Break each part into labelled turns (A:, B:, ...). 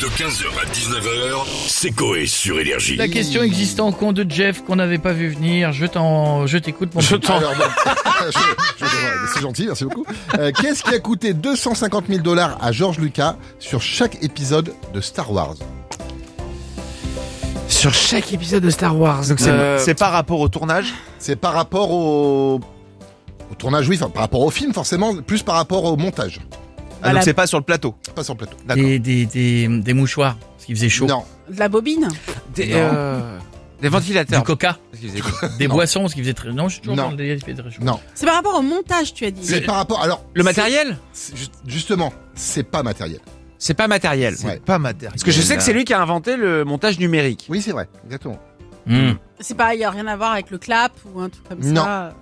A: De 15h à 19h, c'est Coé sur Énergie.
B: La question existant en con de Jeff qu'on n'avait pas vu venir, je t'en, je t'écoute mon petit.
C: Alors, bon, je- je- je- c'est gentil, merci beaucoup. Euh, Qu'est-ce qui a coûté 250 000 dollars à George Lucas sur chaque épisode de Star Wars
D: Sur chaque épisode de Star Wars. Donc
E: C'est c'est par rapport au tournage
C: C'est par rapport au... au tournage, oui, enfin, par rapport au film forcément, plus par rapport au montage.
E: Ah,
F: Voilà.
E: Donc c'est pas sur le plateau.
C: Pas sur le plateau.
E: D'accord.
B: Des, des, des, des mouchoirs, parce qu'il faisait chaud.
C: Non,
F: De la bobine
D: des,
C: Non.
D: euh, des
B: Du
D: ventilateurs.
B: coca,
D: Parce qu'ils faisaient-
B: des
C: Non.
B: boissons, parce qu'il faisait très. Non, je suis toujours
C: Non.
B: dans le délire, il fait très chaud.
C: non.
F: C'est par rapport au montage, tu as dit.
C: C'est par rapport... Alors,
D: Le matériel
C: c'est ju- justement, c'est pas matériel.
D: C'est pas matériel.
C: Ouais.
E: Pas matériel.
D: Parce que je sais que c'est lui qui a inventé le montage numérique.
C: Oui, c'est vrai, exactement.
B: Mmh,
F: C'est pas, il n'y a rien à voir avec le clap ou un truc comme
C: Non.
F: ça.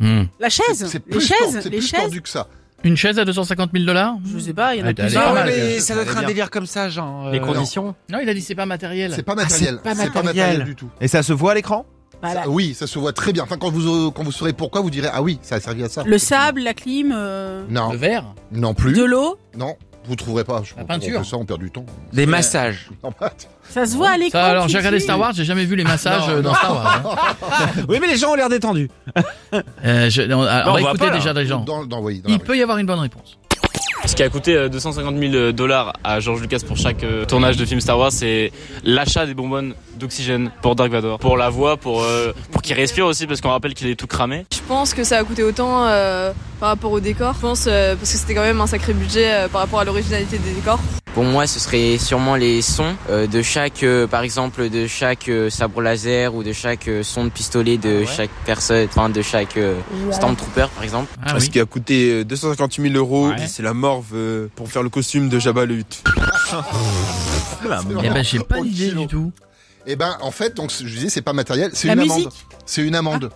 B: mmh.
F: La chaise
C: C'est
F: Les
C: plus, tor-
F: chaises
C: c'est
F: Les
C: plus
F: chaises
C: tordu que ça.
B: Une chaise à 250 000 dollars
F: Je sais pas, il y en a
B: Allez,
F: plusieurs.
B: allez, allez.
D: mais
E: ça doit être un
D: délire comme ça, genre.
C: euh, conditions
B: Non, il a dit c'est pas matériel.
C: C'est
F: Ah,
C: pas
D: c'est
C: matériel.
D: pas
C: C'est pas matériel
D: matériel.
C: du tout.
E: Et ça se voit à l'écran
F: Bah, la-
C: Ça- oui, ça se voit très bien. Enfin, quand vous, quand vous saurez pourquoi, vous direz, ah oui, ça a servi à ça.
F: Le sable, la clim, euh,
B: Le
C: Non,
B: verre
C: non plus.
F: de l'eau.
C: Non, vous trouverez pas. Je
B: La
C: on-
B: peinture.
C: on fait ça, on perd du temps.
D: Des massages.
C: Non, bah,
F: Ça se voit à l'écran.
B: Ça, alors
F: tu
B: j'ai regardé
F: dis.
B: Star Wars, j'ai jamais vu les massages
C: Non,
B: euh, dans
C: non.
B: Star Wars. hein.
D: Oui, mais les gens ont l'air détendus.
B: Euh, je- on, on
G: on
B: va
G: va
B: écouter
G: pas, là.
B: déjà des gens.
C: Dans, dans, oui, dans la
B: Il
C: rue.
B: peut y avoir une bonne réponse.
G: Ce qui a coûté euh, 250 000 dollars à George Lucas pour chaque euh, tournage de film Star Wars, c'est l'achat des bonbonnes d'oxygène pour Dark Vador, pour la voix, pour, euh, pour qu'il respire aussi, parce qu'on rappelle qu'il est tout cramé.
H: Je pense que ça a coûté autant euh, par rapport au décor. Je pense euh, parce que c'était quand même un sacré budget euh, par rapport à l'originalité des décors.
I: Pour moi, ce serait sûrement les sons euh, de chaque, euh, par exemple, de chaque euh, sabre laser ou de chaque euh, son de pistolet de chaque personne, enfin de chaque euh, stormtrooper, par exemple.
B: Ah
J: Parce
B: oui.
J: qu'il a coûté euh, 250 000 euros,
B: Ouais.
J: c'est la morve euh, pour faire le costume de Jabba le Hutt.
C: C'est
B: Eh
C: vraiment-
B: ben j'ai pas
C: Oh,
B: d'idée
C: kilo.
B: du tout.
C: Eh ben, en fait, donc, je disais, c'est pas matériel, c'est
F: La
C: une
F: musique. Ah.
C: amende. C'est une amende.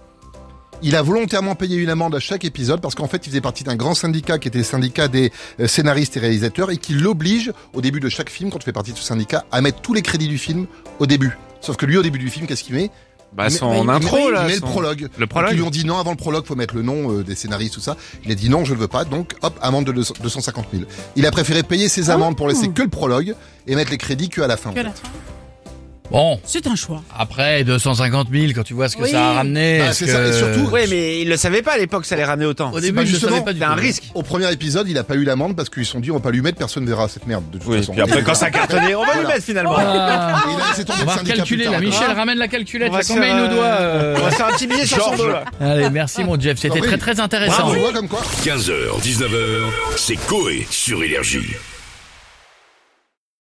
C: Il a volontairement payé une amende à chaque épisode parce qu'en fait, il faisait partie d'un grand syndicat qui était le syndicat des euh, scénaristes et réalisateurs et qui l'oblige, au début de chaque film, quand tu fais partie de ce syndicat, à mettre tous les crédits du film au début. Sauf que lui, au début du film, qu'est-ce qu'il met
D: Bah,
C: Mais-
D: son
C: mais-
D: intro,
C: il
D: là.
C: met le
D: son-
C: prologue.
D: Le
C: Ils lui
D: prologue.
C: ont dit non, avant le prologue, faut mettre le nom euh, des scénaristes, tout ça. Il a dit non, je ne veux pas, donc hop, amende de 200 250 000. Il a préféré payer ses amendes pour laisser que le prologue et mettre les crédits qu'à la fin.
F: Que la fin.
B: Bon,
F: C'est un choix.
B: après 250 000, quand tu vois ce que
F: Oui.
B: ça a ramené.
C: Ah,
B: est-ce
C: c'est ça, et
B: que-
C: surtout-
D: Oui, mais il le savait pas à l'époque, ça allait ramener autant.
B: au
C: c'est
B: début
C: pas
B: je ne
C: justement-
B: savais pas du
D: C'est un
B: tout.
D: risque.
C: Au premier épisode, il a pas eu l'amende parce qu'ils se sont dit on va pas lui mettre, personne verra cette merde de toute façon.
J: puis après, quand ça
D: Cartonné, on va lui
C: Voilà.
D: mettre finalement.
B: Ah.
C: Et il a laissé tomber
B: On
C: le
B: va
C: syndicat
B: calculer
C: plus
B: là.
C: tard.
B: Michel ramène la calculette. là, combien il nous doit euh,
D: on va se faire un petit billet sur son dos, là.
B: Allez, merci mon Jeff, c'était
C: Ah oui.
B: très très
C: Ah,
B: intéressant.
C: on voit comme quoi
A: 15h, 19h, c'est Coé sur Énergie.